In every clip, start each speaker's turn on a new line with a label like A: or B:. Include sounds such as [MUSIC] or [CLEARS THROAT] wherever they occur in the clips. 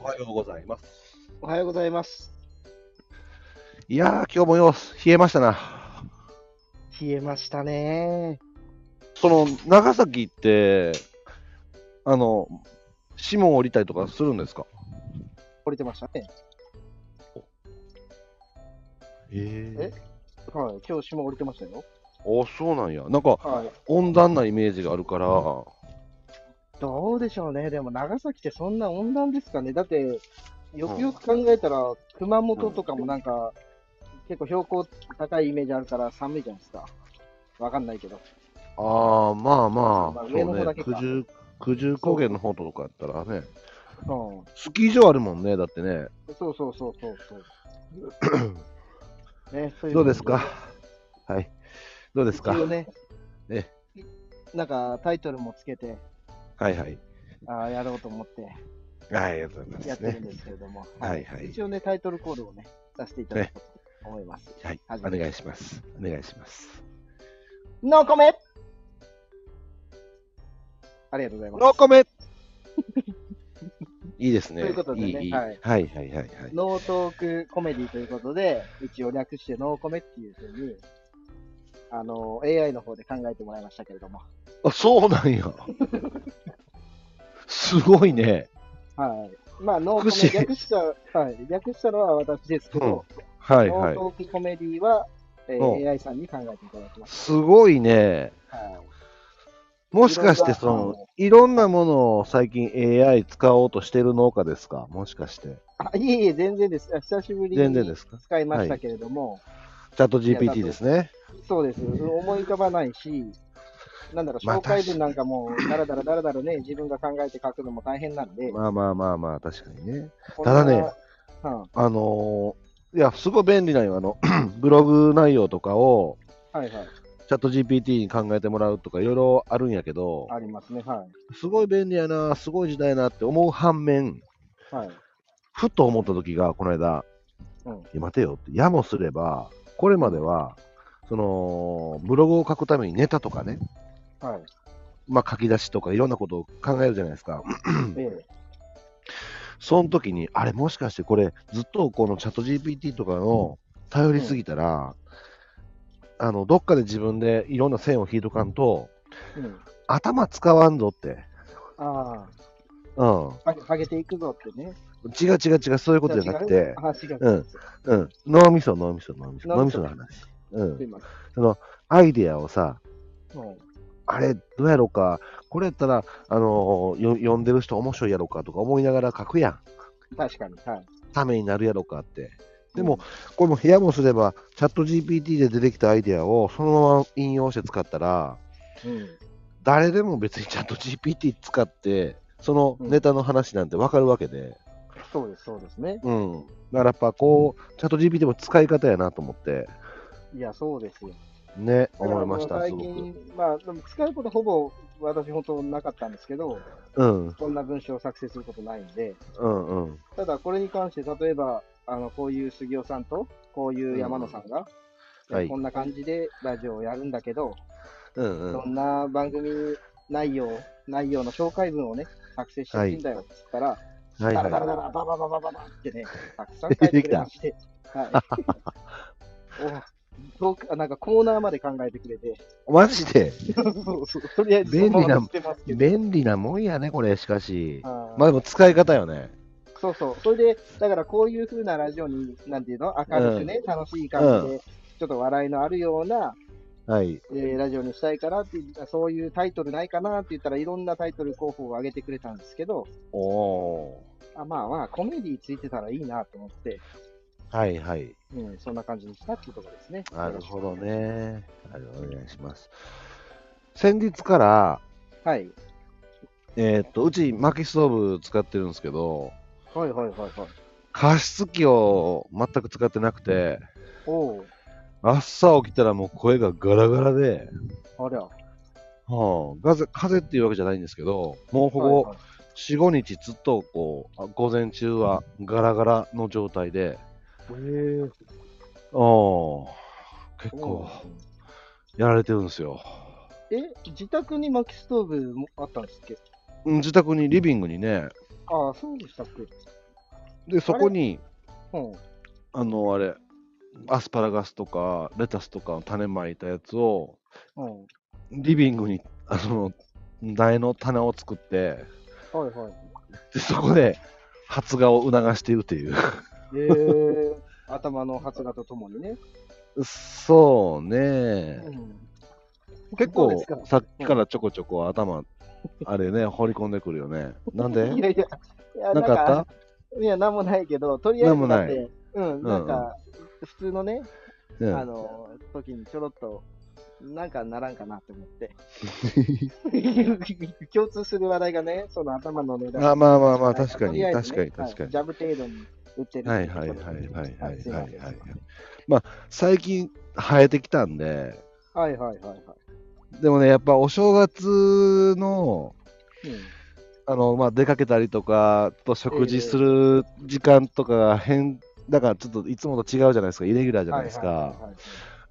A: おはようございます。
B: おはようございます。
A: いやー、今日もよう、冷えましたな。
B: 冷えましたね。
A: その、長崎って、あの、島を降りたりとかするんですか
B: 降りてましたね。
A: え
B: はい。今日島降りてましたよ。
A: あ、そうなんや。なんか、
B: はい。
A: 温暖なイメージがあるから、
B: どうでしょうね。でも長崎ってそんな温暖ですかね。だって、よくよく考えたら、熊本とかもなんか、結構標高高いイメージあるから寒いじゃないですか。わかんないけど。
A: ああ、まあま
B: ま
A: あ
B: あ、
A: そ
B: 上の
A: う
B: 方
A: ね
B: だ、けか
A: 九十九十高原の方とかやったらね、
B: うん。
A: スキー場あるもんね、だってね。
B: そうそうそうそう
A: [COUGHS]
B: そう。ね、そい
A: どうですかはい。どうです
B: 一
A: か
B: 応ね。
A: え
B: なんかタイトルもつけて、
A: はいはい。
B: あーやろうと思って。
A: はい、ありがとうござい
B: や
A: ま
B: っ
A: す
B: てる
A: ね
B: ん。ですけれども、
A: はいはい
B: 一応ね、タイトルコールをね、させていただこうと思います。
A: はい、
B: は
A: お
B: じめ
A: 願いします。お願いします。
B: ノーコメありがとうございます。
A: ノーコメい [LAUGHS] いですね。
B: ということでね
A: いいいいは
B: はいい、
A: はい、はいはい。
B: ノートークコメディということで、一応略してノーコメっていうふうに、あの、AI の方で考えてもらいましたけれども、
A: あ、そうなんや。 [LAUGHS] すごいね。
B: はい。まあ、ノー
A: 福祉
B: コメ略した、はい、略したのは私ですけど、
A: はい
B: ノ
A: は
B: ー
A: い。
B: トークコメディは、えー
A: うん
B: AI さんに考えていただきまし
A: すごいね。
B: た。はい
A: もしかして、その、いろんなものを最近 AI 使おうとしてる農家ですかもしかして。
B: あいえいえ、全然です。あ久しぶり
A: 全然で
B: に
A: すか
B: 使いましたけれども、
A: チャット
B: いやだ
A: GPT
B: と
A: ですね。
B: そうです。思い浮かばないし、なんだろう、
A: まあ
B: 紹介文なんかも、だらだらだらだらね、自分が考えて書くのも大変なんで、
A: まあまあまあまあ、確かにね。
B: こん
A: た
B: な
A: だね、
B: うん、
A: あのーいや、すごい便利なよ。あの、 [CLEARS THROAT] ブログ内容とかを、
B: はいはい、
A: チャット GPT に考えてもらうとか、いろいろあるんやけど、
B: ありますね、は
A: すごい便利やな、すごい時代やなって思う反面、
B: い。はい、
A: ふと思った時が、この間、
B: うん
A: いや待てよって、やもすれば、これまでは、その、ブログを書くためにネタとかね、
B: はい、
A: まあ、書き出しとかいろんなことを考えるじゃないですか。
B: ええ、
A: その時に、あれ、もしかしてこれ、ずっとこのチャット GPT とかの頼りすぎたら、あの、どっかで自分でいろんな線を引いとかんと、
B: うん、
A: 頭使わんぞって。
B: あ
A: うん。
B: あ、上げていくぞってね。
A: 違う違う違う、そういうことじゃなくて、
B: あ、違う。
A: うんうん。脳みそ、脳みそ、脳みそ、脳
B: 脳
A: み
B: み
A: そ
B: そ
A: の話。うん。
B: すいませ
A: アイデアをさ、
B: ん。はい、
A: あれ、どうやろうか、これやったら、あのーよ読んでる人面白いやろうかとか思いながら書くやん。
B: 確かに、はい。
A: ためになるやろうかって。でも、これも部屋もすれば、チャット GPT で出てきたアイデアをそのまま引用して使ったら、
B: うん、
A: 誰でも別にチャット GPT 使って、そのネタの話なんてわかるわけで、
B: そうです、そうですね。
A: うん。だからやっぱこう、チャット GPT も使い方やなと思って、
B: いや、そうですよ。
A: ね、思いました、
B: だから
A: す
B: もう
A: ごく。
B: 最近、まあ、でも使うことほぼ私、本当なかったんですけど、
A: うん、
B: こんな文章を作成することないんで、
A: うん、うん。
B: ただこれに関して、例えば、あのこういう杉尾さんと、こういう山野さんが、
A: うんはい
B: こんな感じでラジオをやるんだけど、
A: うんう
B: ど
A: ん、
B: んな番組内容、内容の紹介文をね、作成してほしいんだよって言ったら、
A: はい
B: ダラダラダ
A: は
B: ラ、ババババババっ
A: [LAUGHS]
B: てね、たくさん書いてくれまして、
A: [LAUGHS]
B: はい。おトークあなんかコーナーまで考えてくれて、
A: い。マジで
B: [LAUGHS] そうそうとりあえずそのまましてますけど、
A: 便利なもんやね、これ、しかし。
B: はい
A: まあでも使い方よね。
B: そうそう。それで、だからこういう風なラジオに、なんていうの明るくね、楽しい感じで、ちょっと笑いのあるような、
A: はい。
B: えーラジオにしたいからって言った、そういうタイトルないかなって言ったらいろんなタイトル候補を挙げてくれたんですけど、
A: おお
B: あまあまあ、コメディついてたらいいなと思って、
A: ー。はいはい。
B: うん、そんな感じにしたっていうところですね。
A: なるほど。ね。はい、お願いします。先日から、
B: はい。
A: えーっと、うち薪ストーブ使ってるんですけど、
B: はいはいはいはい。
A: 加湿器を全く使ってなくて、
B: おお、
A: 朝起きたらもう声がガラガラで、
B: ありゃ。
A: はあ、風風邪っていうわけじゃないんですけど、もうほ
B: はい
A: ぼ
B: はい
A: 4、5日ずっとこう、あ午前中はガラガラの状態で、
B: へー
A: お結
B: そう
A: 構
B: なんですね
A: やられてるんですよ。
B: え、自宅に薪ストーブもあったんですっけ
A: うん自宅にリビングにね、
B: ああ、そうでしたっけ
A: で、そこに、
B: うん。
A: あの、あれ、アスパラガスとか、レタスとかの種まいたやつを、
B: うん。
A: リビングに、あの、苗の棚を作って、
B: はいはい。
A: でそこで発芽を促しているという。
B: え [LAUGHS] ー、頭の発芽とともにね。
A: そう
B: う
A: ね。
B: ん。
A: 結
B: どうで
A: 構
B: すか
A: さっきからちょこちょこ頭、あれね、放り込んでくるよ
B: [LAUGHS]
A: ね。なんで
B: いやいや、いや
A: なんかあった
B: いや、なんもないけど、とりあえず
A: なんも
B: だ
A: な
B: っ
A: い
B: て、うん、なんか、普通のね、
A: うん
B: あの、時にちょろっと、なんかならんかなって思って。
A: [LAUGHS]
B: 共通する話題がね、その頭の値段。
A: あまあまあまあ、確か
B: と
A: に、
B: りあえず
A: 確か
B: ね
A: に、確か
B: はい
A: に
B: ジ。ャブ程度に売ってる。
A: はいはいはいはいはいはい
B: すま
A: はい
B: せん
A: はい。まあ、最近生えてきたんで、
B: はいはいはいはい。
A: でもね、やっぱお正月の、
B: う
A: あの、まあ、出かけたりとか、と食事する時間とかが変、だからちょっといつもと違うじゃないですか、イレギュラー
B: ん
A: じゃないですか。
B: はいはいはいはい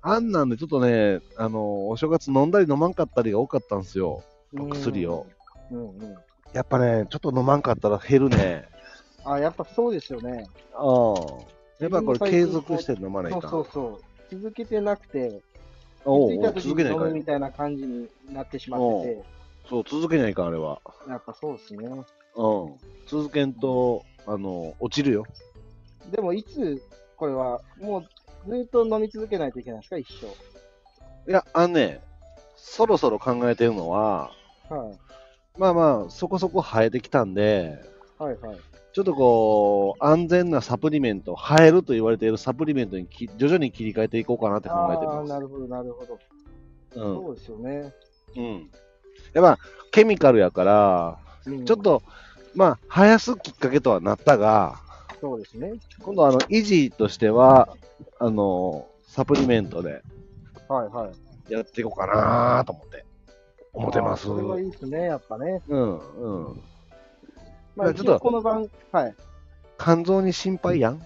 A: あんなんでちょっとね、あの、お正月飲んだり飲まんかったりが多かったんですよ。お薬を。
B: うんうん。
A: やっぱね、ちょっと飲まんかったら減るね。
B: あ、やっぱそうですよね。
A: ああ。やっぱこれ継続して飲まない
B: そ
A: か
B: う。そうそう。続けてなくて、
A: お
B: 気づいう
A: お
B: た
A: う
B: 時
A: 続け
B: に
A: ない
B: 飲
A: か
B: む
A: ん
B: みたいな感じになってしまってて、
A: そう、続けないかんあれは。
B: やっぱそうですね。
A: うん。続けんと、あの、落ちるよ。
B: でも、いつ、これは、もう、ずっと飲み続けないといけないですか、一
A: いや、あのね、そろそろ考えてるのは、
B: 生。はい。
A: まあまあ、そこそこ生えてきたんで、
B: はいはい。
A: ちょっとこう、安全なサプリメント、生えると言われているサプリメントにき徐々に切り替えていこうかなって考えて
B: ああー、
A: ます
B: な。るほど、なるほど。
A: うん。
B: そうですよね。
A: うん。やっぱ、ケミカルやから、
B: うん
A: ちょっ、と、まあ、生やすきっかけとはなったが、
B: そうですね。
A: 今度、あの、維持としては、あの、サプリメントで
B: はいはい。
A: やっていこうかなと思って、思ってます。
B: あーそれは
A: う
B: い
A: ん、
B: いですね、やっぱね。
A: うん。
B: まあ、
A: ち
B: ち
A: ょ
B: ょ
A: っと
B: っと。この番、はい。
A: 肝臓に心配やん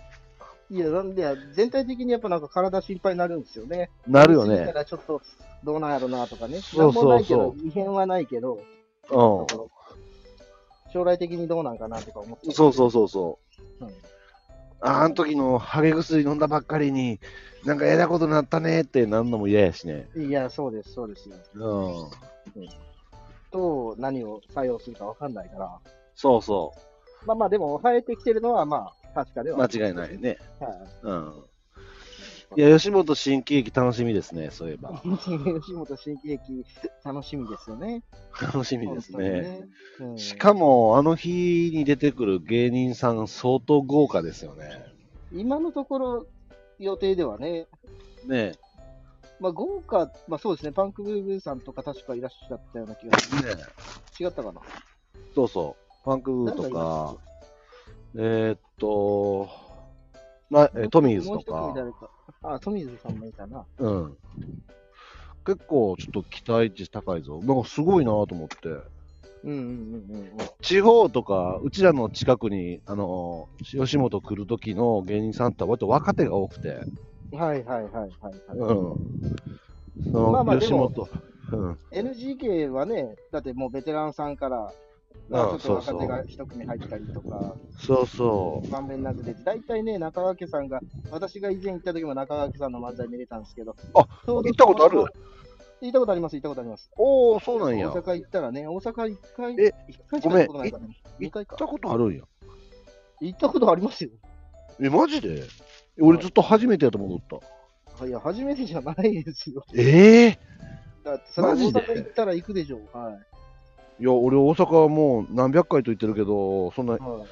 B: いや、なんで、全体的にやっぱなんか体心配になるんですよね。
A: なるよ
B: だ
A: ね。
B: からちょっと、どうなんやろなとかね。
A: そうそうそう
B: なんもないけど、異変はないけど、
A: う
B: だから将来的にどうなんかなとか思って。
A: ん。そうそうそうそう。
B: うん。
A: ああの時のハゲ薬飲んだばっかりに、なんかえらことなったねってなんのも嫌やしね。
B: いや、そうです、そうですよ。
A: うん。
B: どう何を採用するかわかんないから。
A: そうそ
B: まあまあ、でも、生えてきてるのは、まあ、確かで
A: う。
B: は。
A: 間違いないね。
B: は
A: うん。いや、吉本新喜劇楽しみですね、そういえば。
B: い。吉本新喜劇、楽しみですよね。
A: 楽しみですね。
B: 本当にね。うん
A: しかも、あの日に出てくる芸人さん、相当豪華ですよね。
B: 今のところ、予定ではね、
A: ね
B: まあ、豪華、まあそうですね、パンクブーブーさんとか確かいらっしゃったような気がす
A: え。ね
B: る。違ったかな。
A: え。そうそう。パンクブーとか、えーっと、まあ、えトミーズと
B: もう
A: か
B: 一組、誰か。あ、トミーズさんもいたな。
A: うん。結構、ちょっと期待値高いぞ。なんかすごいなと思って。
B: うんうんうんうんうん。
A: 地方とか、うちらの近くに、あの、吉本来る時の芸人さんって割と若手が多くて。
B: はいはいはいはい、はい
A: うん。その、
B: まあまあで
A: 吉
B: も
A: 本。うん。
B: NGK はね、だってもうベテランさんから、まあ、ちょっと若手が一組入ったりとか、
A: そうそう。
B: まんべんなく出て、大体ね、中川家さんが、私が以前行った時も中川家さんの漫才見れたんですけど、
A: あ
B: ちょうど
A: 行ったことある
B: 行ったことあります、行ったことあります。
A: おお、そうなんや。
B: 大
A: 行
B: 阪行ったらね、大阪一回、
A: え
B: 一回しか行ったことないからね。
A: めん
B: 二回か
A: っ。たことあるんや。
B: 行ったことありますよ。
A: え、マジで俺ずっと初めてやと思っとった。
B: いや、初めてじゃないですよ。
A: ええ
B: だって、それは
A: マジ
B: 大
A: で
B: 阪行ったら行くでしょう。はい。、
A: や、俺大阪はもう何百回と言ってるけど、そんない
B: は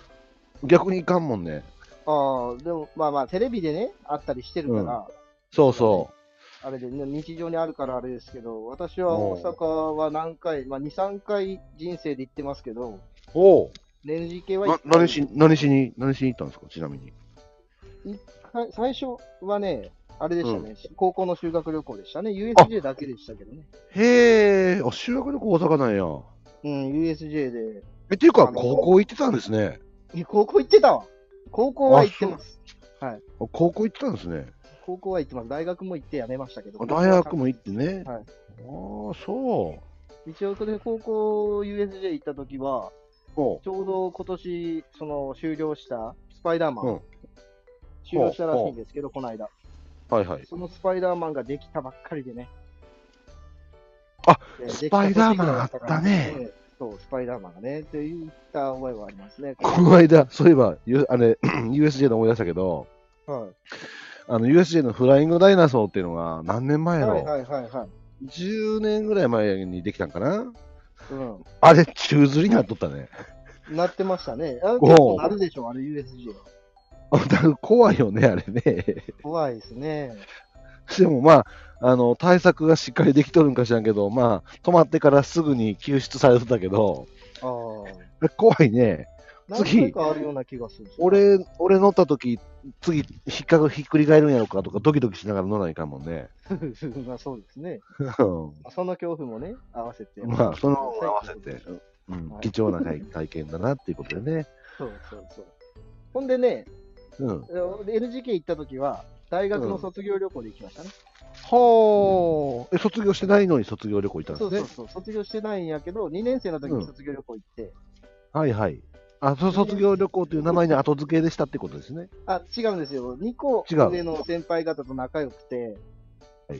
B: い、
A: 逆にいかんもんね。
B: ああ、でも、まあまあ、テレビでね、あったりしてるから、
A: そうそ
B: あれで、ね、日常にあるからあれですけど、私は大阪は何回、まあ、2、3回人生で行ってますけど、
A: う。お
B: 年次系
A: お。
B: は
A: な
B: 一回
A: 何し、何しに、何しに行ったんですか、ちなみに。
B: はい最初はね、あれでしたね、高校の修学旅行でしたね、
A: あ
B: USJ だけでしたけどね。
A: へえ、あ、修学旅行大阪なんや。
B: うん、USJ で。
A: え、っていう
B: あ
A: か、
B: の
A: 高校行ってたんですね。
B: え高校行ってたわ。高校は行ってます。
A: あ高校行ってたんですね。
B: 高校は行ってます。大学も行ってやめましたけど。
A: あ大学も行ってね。
B: はい
A: ああ、そう。
B: 一応、それで高校 USJ 行った時は、
A: お
B: ちょうど今年、その、終了したパイダーマ
A: う
B: ン
A: ん、
B: 終了したらしいんですけど、この間。
A: はいはい。
B: そのスパイダーマンができたばっかりでね。
A: あ
B: で
A: スパイダーマンあったね。
B: できたばっかりだったからそう、スパイダーマンがね。って言った覚えはありますね。
A: この間、そういえば、ゆあ [CLEARS THROAT] れ USJ で思い出したけど、
B: は
A: あの USJ のフライングダイナソーっていうのが何年前
B: い
A: やろ、
B: はいはいはいはい。
A: 10年ぐらい前にできたんかな
B: う
A: あれ、宙吊りになっとったね。 [LAUGHS]
B: ん。なってましたね。あ
A: おう
B: 結構なるでしょ、あれ USJ。
A: だから怖いよね、あれね。 [LAUGHS]
B: 怖いですね。
A: でもまあ、あの対策がしっかりできとるんか知らんけど、まあ、止まってからすぐに救出されてたけど、
B: ああ。
A: 怖いね。
B: 何
A: 次
B: 回かあるような気がする。、
A: 俺、俺乗った時次、引っかく、ひっくり返るんやろうかとか、ドキドキしながら乗らないかんもんね。
B: [LAUGHS]
A: [LAUGHS]
B: まあそうですね。
A: うん
B: その恐怖もね、合わせて。
A: まあ、その合わせて、うん
B: はい
A: 貴重な体体験だなっていうことでね。
B: そうそうそう。ほんでね、
A: うん。
B: NGK 行った時は、大学の卒業旅行で行きましたね。
A: ほーえ、卒業してないのに卒業旅行行った
B: そ
A: ん
B: う
A: で
B: そ
A: す
B: う
A: ね。
B: そう、卒業してないんやけど、2年生の時に卒業旅行行って、
A: はいはい。あ、そ卒業旅行という名前に後付けでしたってことですね。
B: あ違うんですよ、2個
A: 違う
B: 上の先輩方と仲良くて、
A: はい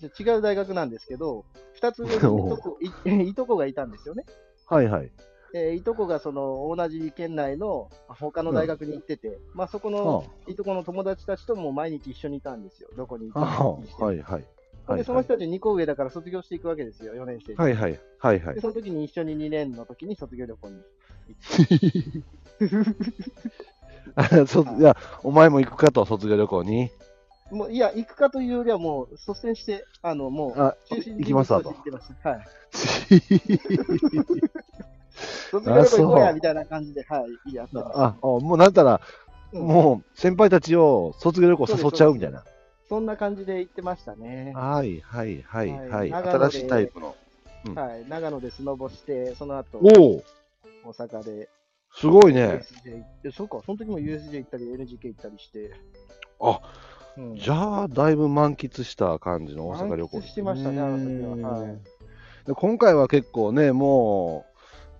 B: じゃ違う大学なんですけど、2
A: [LAUGHS]
B: つ上にいとこい [LAUGHS] いとこがいたんですよね。
A: はいはい。
B: えーいとこがその同じ県内の他の大学に行ってて、まあ、そこの
A: はあ
B: いとこの友達たちとも毎日一緒にいたんですよ、どこに行って
A: あ
B: も。
A: あ、はいはい。は
B: で
A: い
B: その
A: はい
B: 人たち2個上だから卒業していくわけですよ、4年生に。
A: はいはい。はいはい
B: で、。その時に一緒に2年の時に卒業旅行に
A: [LAUGHS] あそいや、お前も行くかと、卒業旅行に。
B: もういや、行くかというよりは、もう率先して、あのもう
A: あ、 [LAUGHS]
B: 中心
A: 行きますわ
B: と
A: と
B: し。てました。はい。卒業
A: あ
B: 旅行行こう
A: そ
B: や
A: う
B: みたいな感じで、はい、やってました
A: あ、あもうなんたら、
B: うん
A: もう先輩たちを卒業旅行誘っちゃうみたいな。
B: そんな感じで行ってましたね。
A: はいはいはいはい。
B: はい
A: 新しいタイプの。うん
B: はい。長野でスノボして、その後、
A: おお、
B: 大阪で
A: すごいね。
B: USJ 行って、そうか、その時も USJ 行ったり、NGK 行ったりして。
A: あ、
B: うん、
A: じゃあ、だいぶ満喫した感じの大阪旅行、
B: 満喫してましたねあの時ははい
A: い、で今回は結構ね、も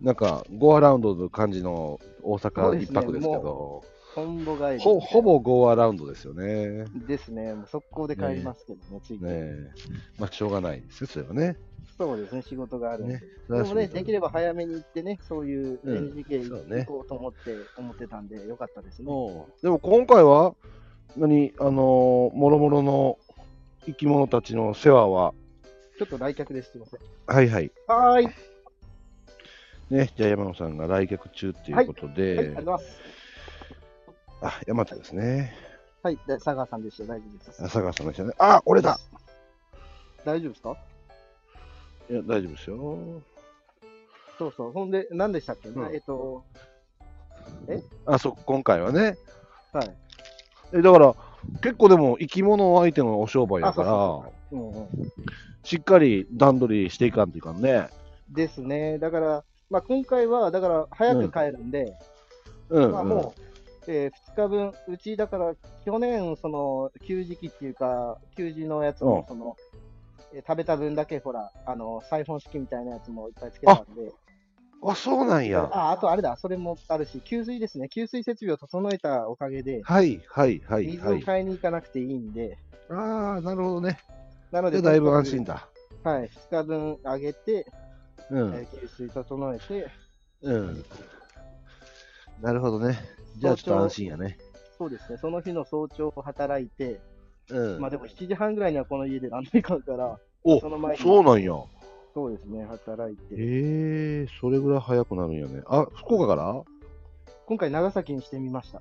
A: う、なんか、ゴーアラウンドの感じの大
B: そう
A: 阪
B: です
A: 一
B: ね
A: 泊ですけど
B: も、トンボ帰り。
A: ほほ。ぼゴーアラウンドですよね。
B: ですね。もう速攻で帰りますけどね、ついて
A: ねえまあ、しょうがないですよ、それはね。
B: そうですね、仕事があるんで。
A: ね
B: でもね、できれば早めに行ってね、そういう
A: うん
B: NGK
A: そうね
B: 行こうと思って、思ってたんで、よかったですね。
A: おうでも今回は、何、あのー、もろもろの生き物たちの世話は、
B: ちょっと来客です、すいません。
A: はいはい、
B: はーい、
A: ね、じゃあ山野さんが来客中っていうことで、
B: はい、ありがとうございます。
A: あ、山田ですね。
B: はい、で佐川さんでした、大丈夫です。
A: 佐川さんでしたね。あ、俺だ
B: 大丈夫ですか
A: いや、大丈夫ですよ。
B: そうそう、ほんで、何でしたっけ、
A: うん
B: えっと、
A: あ、そう、今回はね。
B: はい。
A: え、だから、結構でも生き物相手のお商売だ
B: あ、
A: か
B: そうそ
A: ら、
B: うそう、うんうん。
A: しっかり段取りしていかんといかんね。
B: ですね、だから、まあ、今回は、だから、早く帰るんで、
A: うん、うん。
B: まあ、もう、え2日分、うち、だから、去年、その、給食っていうか、給仕のやつ
A: うん
B: も、その、えー食べた分だけ、ほら、あの、サイフォン式みたいなやつもいっぱいつけたんで、
A: あ、そうなんや。
B: あ、あとあれだ、それもあるし、給水ですね、給水設備を整えたおかげで、
A: はい、はい、はい、
B: 水
A: は
B: を
A: い。
B: 買いに行かなくていいんで、
A: ああ、なるほどね。
B: なの
A: じゃ
B: で、
A: あだいぶ安心。だ。
B: はい、2日分あげて、
A: う
B: え
A: ん
B: ー、給水整えて、
A: うん。なるほどね。じゃあちょっと安心やね。
B: そうですね、その日の早朝働いて、
A: うん
B: まあでも7時半ぐらいにはこの家で何でかんから、
A: お
B: その前に
A: そうなんや。
B: そうですね、働いて、
A: ええそれぐらい早くなるんやね。あ、福岡から
B: 今回、長崎にしてみました。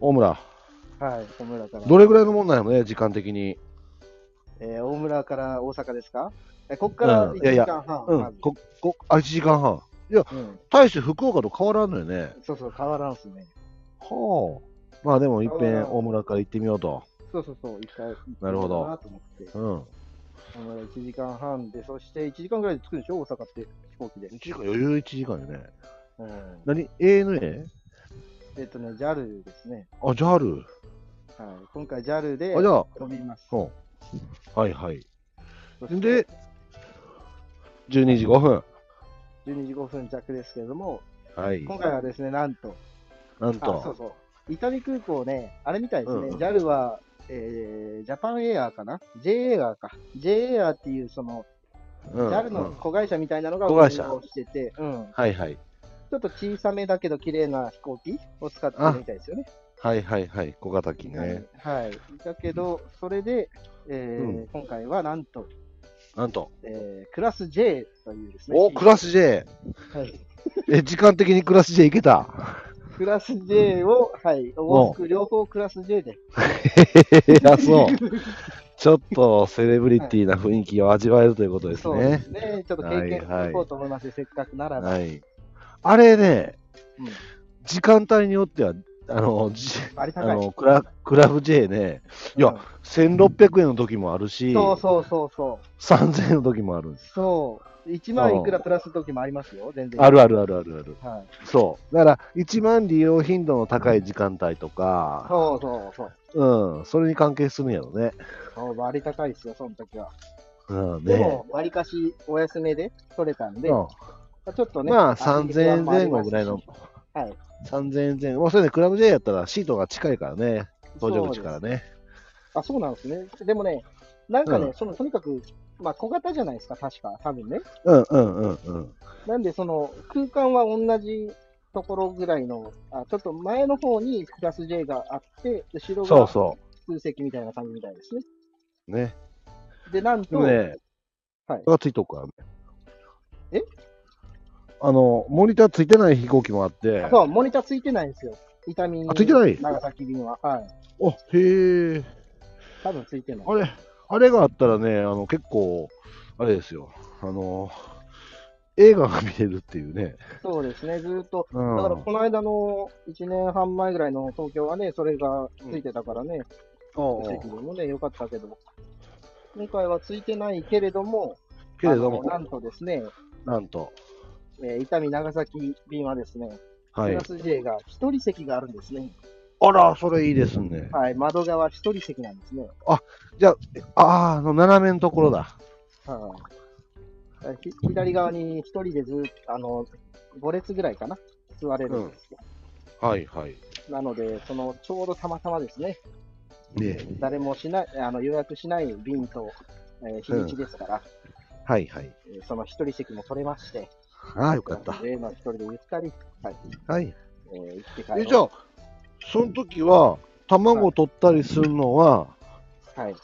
A: 大村。
B: はい、大村から。
A: どれぐらいのもんなんやろね、時間的に。
B: えー大村から大阪ですかえこっから
A: うん
B: 1
A: いやい
B: 時
A: や
B: 間半、
A: う
B: ま
A: ん
B: ず。
A: こ、こ、あ、1時間半。
B: うん
A: 大して福岡と変わらんのよね。
B: そうそう、変わらんすね。
A: はあ。まあでも、いっぺん大村から行ってみようと。
B: そうそうそう、一回行ってみようか
A: なるほど
B: なと思って。
A: うん。
B: あの1時間半で、そして1時間ぐらいで着くんでしょ、大阪って飛行機で。
A: 1時間、余裕1時間よね。
B: うん
A: 何 ?ANA?
B: えっとね、JAL ですね。
A: あ、JAL。
B: はい、今回 JAL で
A: あ、じゃあ、
B: 飛びます。
A: うん。はいはい。
B: そして
A: で、12時5分。
B: 12時5分弱ですけれども、
A: はい。
B: 今回はですね、なんと、
A: なん
B: あそう
A: と、
B: そう、伊丹空港ね、あれみたいですね、
A: うん
B: JAL は、えージャパンエアーかな ?J エアーか。J エアーっていう、その、
A: うん
B: JAL の子会社みたいなのが
A: 子会社
B: 運用してて、うん、
A: はいはい。
B: ちょっと小さめだけど綺麗な飛行機を使ってるみたいですよね。
A: はいはいはい。小型機ね。
B: はい。だけど、それで、えー
A: うん
B: 今回はなんと、
A: なんと。
B: えークラス J というですね。
A: お、クラス J。
B: はい
A: え、時間的にクラス J いけた。 [LAUGHS]
B: クラス J を、はい、往復両方クラス J で。
A: いや、そう。ちょっとセレブリティな雰囲気を味わえるということです
B: そうで
A: ね。
B: すね。ちょっと経験していこうと思います、せっかくならば。
A: はい。あれね、
B: うん
A: 時間帯によっては、あの、じ
B: あれ
A: あ
B: 高い。
A: のクラクラブ J ね、いや1600円の時もある
B: う
A: し、
B: んそうそうそうそう。
A: 3000円の時もあるんです。
B: そう。1万いくらプラスの時もありますよ、全然。
A: あるあるあるあるある。
B: はい。
A: そう。だから、1万利用頻度の高い時間帯とか、
B: そうそうそう。
A: うん、それに関係するんやろね。
B: そう割高いですよ、その時は。
A: うん、
B: で
A: ね
B: も、割かしお安めで取れたんで、
A: うん
B: ちょっとね。
A: まあ、3000円前後ぐらいの。
B: はい。
A: 3000円前後。まあ、それでクラブ J やったらシートが近いからね、搭乗口から
B: ね。
A: ね。
B: あ、そうなんですね。でもね、なんかね、
A: うん
B: そのとにかく、まあ、小型じゃないですか、確か、多分ね。
A: うんうんうんうん。
B: なんで、その空間は同じところぐらいの、あちょっと前の方にクラス J があって、後ろ
A: そう
B: が
A: そ
B: 数席みたいな感じみたいですね。
A: う。ね。
B: で、なん
A: で
B: と、
A: もね、
B: はい
A: これはついとくからね。
B: え
A: あの、モニターついてない飛行機もあって
B: あ、そう、モニターついてないんですよ。痛み
A: あついてない
B: 長崎便は。はい。
A: おへえ。
B: 多分ついてない。
A: あれ、あれがあったらね、あの結構、あれですよ、あの、映画が見れるっていうね。
B: そうですね、ずーっと。
A: うん、
B: だから、この間の1年半前ぐらいの東京はね、それがついてたからね、
A: うん
B: 席でもね、良かったけど、今回はついてないけれども、
A: けれども
B: あの、なんとですね、
A: なんと、
B: えー、伊丹長崎便はですね、
A: はい
B: プラ。ス J が一人席があるんですね。
A: あら、それいいですね。
B: はい、窓側一人席なんですね。
A: ああ、あの斜めのところだ。
B: はい。ひ左側に一人でずーっと、あの、5列ぐらいかな、座れるんですよ。
A: はいはい。
B: なので、そのちょうどたまたまですね、
A: ね
B: 誰もしないあの予約しない便と、えー日にちですから、
A: はいはい。
B: えーその一人席も取れまして、
A: ああ、よかった。
B: えーまあ、一人でゆったり、はい
A: はい。
B: えー行って帰
A: えじゃ
B: ろ
A: あ、その時は、卵取ったりするのは、
B: う。はい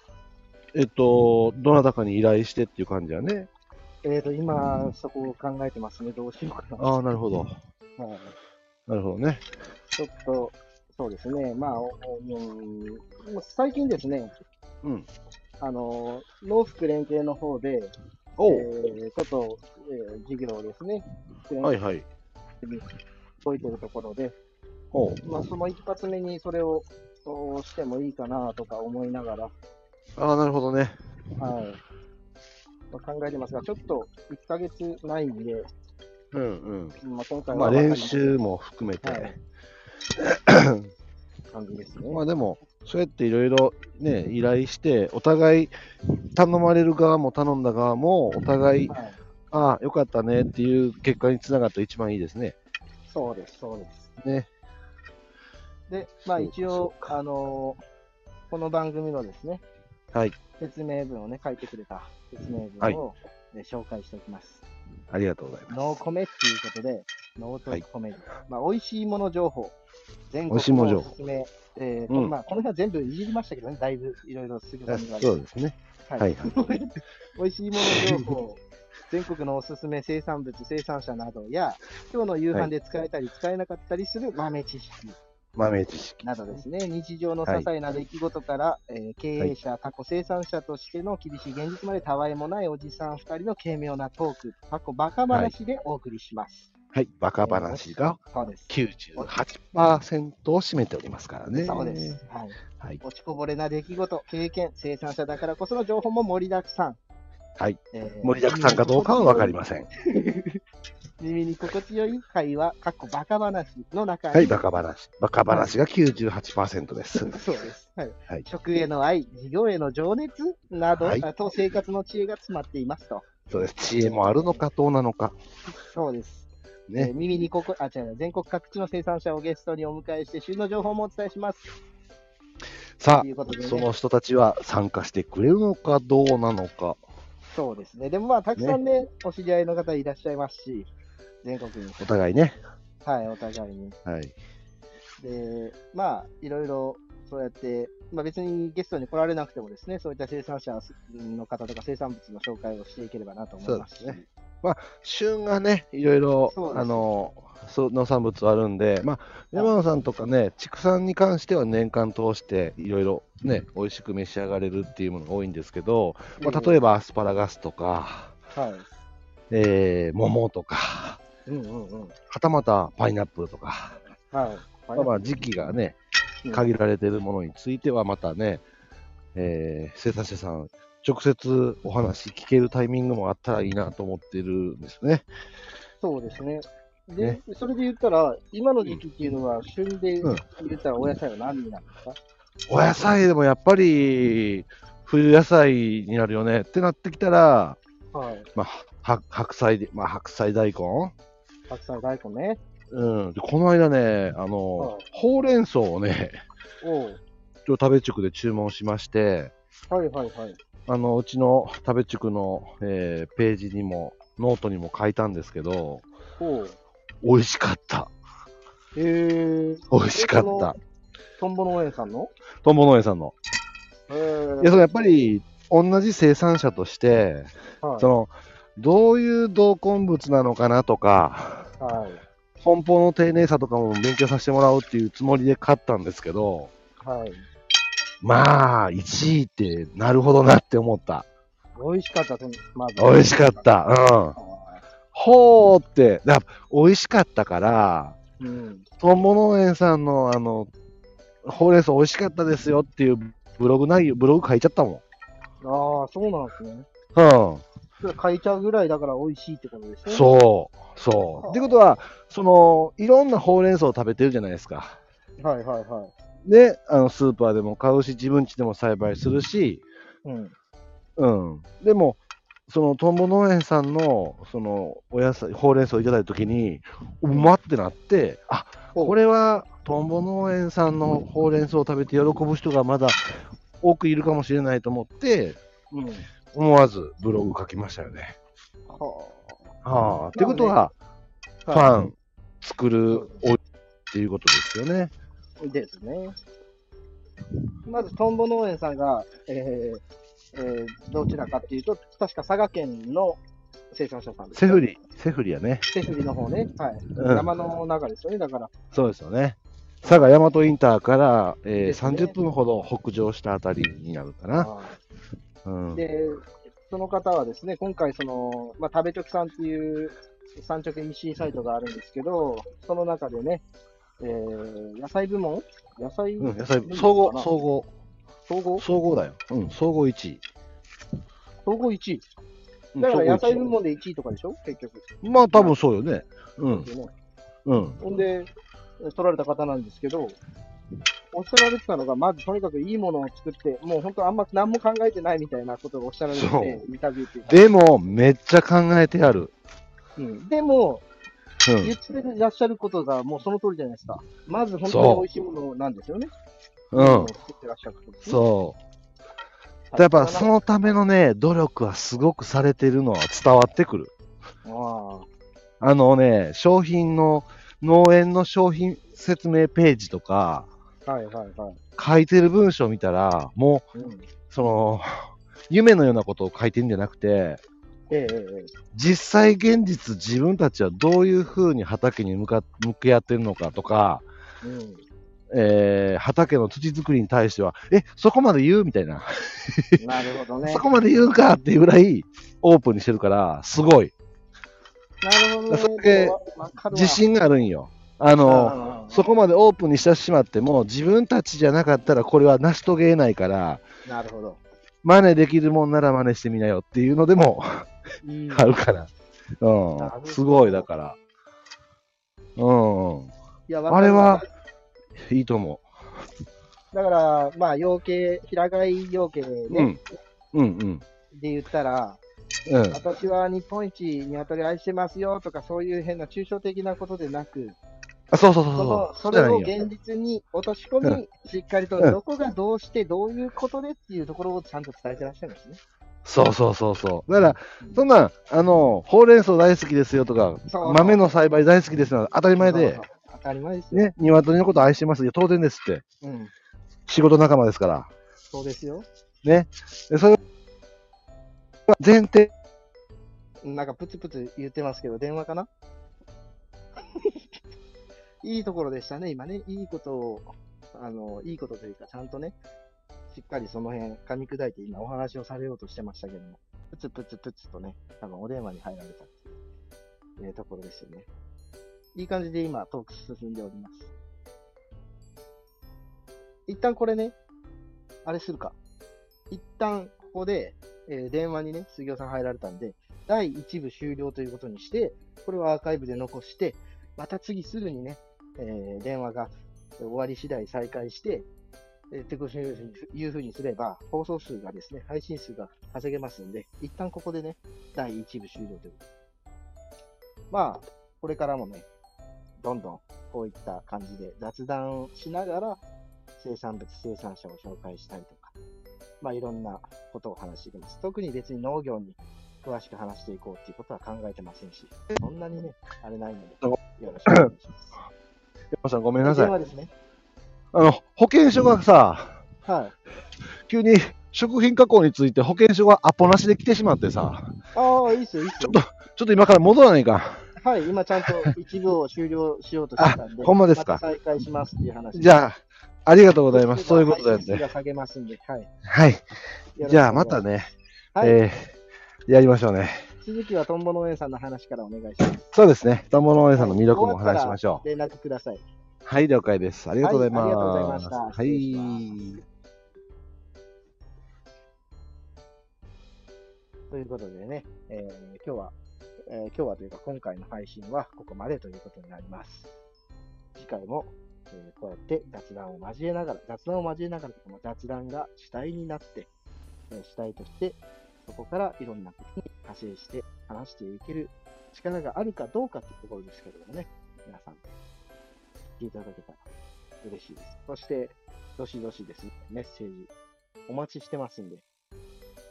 A: えっと、どなたかに依頼してっていう感じやね。
B: えー、と今、そこを考えてますね、どうしようかな。
A: ああ、なるほど。
B: はい
A: なるほどね。
B: ちょっと、そうですね、まあ、おうんもう最近ですね、
A: うん。
B: あの農福連携の方で、え
A: おう
B: ーちょっと、えー事業をですね、
A: はいはい。
B: 動いてるところで、
A: おう
B: まあ、その一発目にそれをそうしてもいいかなとか思いながら、はい
A: ああ、なるほどね。
B: まあ、考えてますが、ちょっと1ヶ月ないんで、
A: うん
B: まあ、今
A: う
B: 回
A: ん。ま
B: は
A: あ
B: わかり
A: 練
B: ません
A: 習も含めて、
B: はい感じですね。
A: まあでも、そうやっていろいろね、依頼して、お互い頼まれる側も頼んだ側も、お互い、
B: はい、
A: ああ、よかったねっていう結果につながったら一番いいですね。
B: そうです、そうです。
A: ね。
B: で、まあ
A: そうか
B: 一応、あのーこの番組のですね、
A: はい。
B: 説明文をね、書いてくれた説明文を、ね紹介しておきます。
A: ありがとうございます。
B: ノーコメっていうことで、ノートコメ、まあ、美味しいもの情報、全
A: 美味しいもの情
B: 国のお
A: 報
B: すすめ、えー
A: うん
B: まあ、この辺は全部いじりましたけどね、だいぶいろいろすぐ
A: あ
B: に
A: そうですね。
B: はい
A: はいはい。
B: [LAUGHS] 美味しいもの情報、全国のおすすめ生産物、生産者などや、今日の夕飯で使えたり使えなかったりする豆知識
A: 豆知識。
B: などですね、日常の些細な出来事から、えー経営者、過去生産者としての厳しい現実までたわいもないおじさん2人の軽妙なトーク、過去バカ話でお送りします。
A: はい。バカ話が
B: そうです。
A: 98%を占めておりますからね。
B: そうです。はい。
A: はい。
B: 落ちこぼれな出来事、経験、生産者だからこその情報も盛りだくさん。
A: はい。
B: えー
A: 盛りだくさんかどうかは分かりません。
B: 耳に心地よい会話、かっこバカ話の中に、
A: はい、バカ話。バカ話が98%です。
B: そうです、はい
A: はい
B: 食への愛、事業への情熱など、
A: はい
B: あと生活の知恵が詰まっていますと。
A: そうです。知恵もあるのか、どうなのか。
B: そうです。え
A: ね
B: ー、。耳にここ、あ、違う、全国各地の生産者をゲストにお迎えして、旬の情報もお伝えします。
A: さ
B: ということで
A: あ、
B: ね
A: その人たちは参加してくれるのかどうなのか。
B: そうですね。でもまあ、たくさんね、お知り合いの方いらっしゃいますし、全国に。
A: お互いね。
B: はい、お互いに。
A: はい。
B: で、まあ、いろいろ、そうやって、まあ別にゲストに来られなくてもですね、そういった生産者の方とか生産物の紹介をしていければなと思いますし。
A: そうです旬がね、いろいろ
B: そう、です
A: あの、そう農産物あるんで、まあ、山野さんとかね、畜産に関しては年間通して、いろいろね、美味しく召し上がれるっていうものが多いんですけど、まあ、例えばアスパラガスとか、
B: ば。はい。
A: えー、桃とか、
B: うんうんうん。
A: はたまたパイナップルとか、
B: はい。
A: まあ、まあ時期がね、
B: うん
A: 限られているものについてはまたね、えー、生産者さん、直接お話聞けるタイミングもあったらいいなと思ってるんですね。
B: そうですね。で、
A: ね
B: それで言ったら、今の時期っていうのは、旬で
A: う
B: 言
A: ん
B: ったらお野菜は何になるんですか、
A: お野菜でもやっぱり冬野菜になるよねってなってきたら、
B: はい。
A: まあ、は白菜で、まあ、白菜大根、
B: 白菜、大根ね。
A: うん、でこの間ね、あ
B: は
A: の
B: い
A: ほうれん草をね、
B: おう
A: ちょ食べ塾で注文しまして、
B: はいはいはい。
A: あのうちの食べ塾の、えーページにもノートにも書いたんですけど、
B: おう
A: 美味しかった。
B: へえ。
A: 美味しかっ
B: えそ
A: た
B: の。トンボ農園さんの
A: トンボ農園さんの。
B: へー
A: いや、それやっぱり、同じ生産者として、
B: はい
A: その、どういう同梱物なのかなとか、
B: はい。
A: 梱包の丁寧さとかも勉強させてもらおうっていうつもりで買ったんですけど、
B: はい。
A: まあ、1位ってなるほどなって思った。
B: 美味しかった、そのまず。
A: 美味しかっ。た。うん。ほーって、だ美味しかったから、
B: うん。
A: トンボ農園さんの、あの、ほうれん草美味しかったですよっていうブログ内容、ブログ書いちゃったもん。
B: ああ、そうなんですね。
A: うん。
B: 書いちゃうぐらいだから美味しいってことですね。う。
A: そう、そう。ってことは、そのいろんなほうれん草を食べてるじゃないですか。
B: はいはいはい。
A: ね、あのスーパーでも買うし、自分家でも栽培するし、
B: うん。
A: うん。でも、そのトンボ農園さんのそのお野菜、ほうれん草をいただいたときに、うまってなって、あこれはトンボ農園さんのほうれん草を食べて喜ぶ人がまだ多くいるかもしれないと思って、
B: うん。は
A: 思わずブログ書きましたよね。はあ、ってことは、
B: あ。
A: パン作るおっていうことですよね。
B: ですね。まず、トンボ農園さんが、えーえーどちらかっていうと、確か佐賀県の生産者さんです
A: セ
B: ね、
A: フリ、セフリやね。
B: セフリの方ね。はい。
A: うん
B: 山の中ですよね。だから、
A: そうですよね。佐賀大和インターから、えー
B: ですね
A: 30分ほど北上したあたりになるかな。うん、
B: で、その方はですね、今回、その、まあ、食べチョキさんっていう産直 EC サイトがあるんですけど、その中でね、えー野菜部門野菜、
A: うん、野菜総合、総
B: 総
A: 合、
B: 総合
A: 総合だよ。うん、総合1位。
B: 総合1位。
A: うん
B: だから野菜
A: 総
B: 部
A: 合
B: 門で1位とかでしょ結局。
A: 一位まあ多分そうよね。うん、
B: でね
A: うん。
B: ほんで、取られた方なんですけど、おっしゃられてたのが、まずとにかくいいものを作って、もう本当あんま何も考えてないみたいなことをおっしゃられて
A: そう
B: て、インタビューっていうか。
A: でも、めっちゃ考えてある。
B: うんでも、
A: う
B: 言
A: ん
B: ってらっしゃることがもうその通りじゃないですか。まず本当
A: そ
B: に
A: う
B: 美味しいものなんですよね。、
A: うん、
B: 作ってらっしゃることですね
A: そう。
B: はい
A: やっぱそのためのね、努力はすごくされてるのは伝わってくる。
B: あ
A: あのね、商品の、農園の商品説明ページとか、
B: あ、はいはいはい。
A: 書いてる文章見たら、も
B: うん
A: う、その、 [LAUGHS] 夢のようなことを書いてるんじゃなくて、
B: ええええ
A: 実際現実自分たちはどういうふうに畑に向か向き合ってるのかとか、
B: ええうん
A: えー畑の土作りに対しては、え、そこまで言うみたいな、
B: なるほどね
A: そ。こまで言うかっていうぐらいオープンにしてるから、すごい。
B: なるほどね。
A: それ
B: わかるわ
A: 自信があるんよ。あの、
B: ああ
A: そこまでオープンにしてしまっても、自分たちじゃなかったらこれは成し遂げないから、
B: なるほど。
A: 真似できるもんなら真似してみなよっていうのでも
B: いい
A: あるから、
B: なるほ
A: うん、
B: ど
A: すごいだから、うん、
B: いやわか
A: あ
B: る
A: れはいいと思
B: だから、まあ、養鶏、平飼い養鶏
A: う。う
B: ね、
A: ん、うん、うん、
B: で言ったら、
A: うん、
B: 私は日本一ニワトリ愛してますよとか、そういう変な抽象的なことでなく、
A: あそうそうそう
B: その
A: そ、
B: そう
A: じゃ
B: れ
A: ない
B: を
A: よ。
B: 現実に落とし込み、しっかりと
A: うん
B: どこがどうして、どういうことでっていうところをちゃんと伝えてらっしゃるんですね。
A: そうそうそうそう。だから、
B: うん
A: そんなん、あの、ほうれん草大好きですよとか、
B: そう
A: 豆の栽培大好きですよ当たり前で
B: そう、そう当たり前ですよ。
A: ね、鶏のこと愛してますよ、当然ですって。
B: うん、
A: 仕事仲間ですから。
B: そうですよ。
A: でそれは前提、
B: なんかプツプツ言ってますけど、電話かな [LAUGHS] いいところでしたね、今ね。いいことを、あの、いいことというか、ちゃんとね、しっかりその辺噛み砕いて今お話をされようとしてましたけども、プツプツプツとね、多分お電話に入られたっていうところですよね。いい感じで今トーク進んでおります。一旦これね、あれするか。一旦ここで、えー電話にね、杉尾さん入られたんで、第1部終了ということにして、これはアーカイブで残して、また次すぐにね、えー電話が終わり次第再開して、えー、ってこというふうにいうふうにすれば、放送数がですね、配信数が稼げますんで、一旦ここでね、第1部終了ということで。まあ、これからもね、どんどんこういった感じで雑談をしながら、生産物、生産者を紹介したりとか、まあいろんなことを話していきます。特に別に農業に詳しく話していこうっていうことは考えてませんし、そんなにね、あれないので、よろしくお願いします。
A: 山さんごめんなさい
B: 電。話ですね。
A: あの、保険証がさ、
B: はい。
A: 急に食品加工について保険証がアポなしで来てしまってさ、
B: ああ、いいっすよ、いいっす
A: ちょ
B: よ
A: っ。と、ちょっと今から戻らないか
B: はい、今ちゃんと一部を終了しようとしてたんで、
A: あほんまですか
B: また再開しますっていう話。
A: ん。じ
B: あ、
A: ゃあ、ありがとうございます。そういうことなん
B: 配信
A: で。
B: 数が下げますんで、はい。
A: はい。じゃあ、
B: よろ
A: ま
B: しくお
A: た
B: 願いし
A: ね、
B: ます。はい。
A: えーやりましょうね。
B: 続きはトンボ農園さんの話からお願いします。
A: そうですね。田んぼのお姉さんの魅力もお話ししましょう。
B: 連絡ください。
A: はい、了解です。ありがとうございます。
B: はいありがとうございました
A: は
B: 失礼します
A: い
B: ということでね、えー今日は、えー今日はというか今回の配信はここまでということになります。次回も、えーこうやって雑談を交えながら、雑談を交えながら、この雑談が主体になって、えー主体として、そこからいろんなことに派生して話していける力があるかどうかというところですけれどもね、皆さん、聞いていただけたら嬉しいです。そして、どしどしですね、メッセージお待ちしてますんで、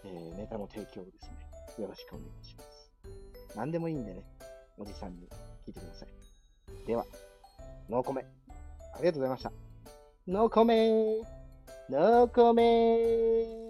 B: えーネタの提供をですね、よろしくお願いします。何でもいいんでね、おじさんに聞いてください。では、ノーコメ。ありがとうございました。ノーコメノーコメ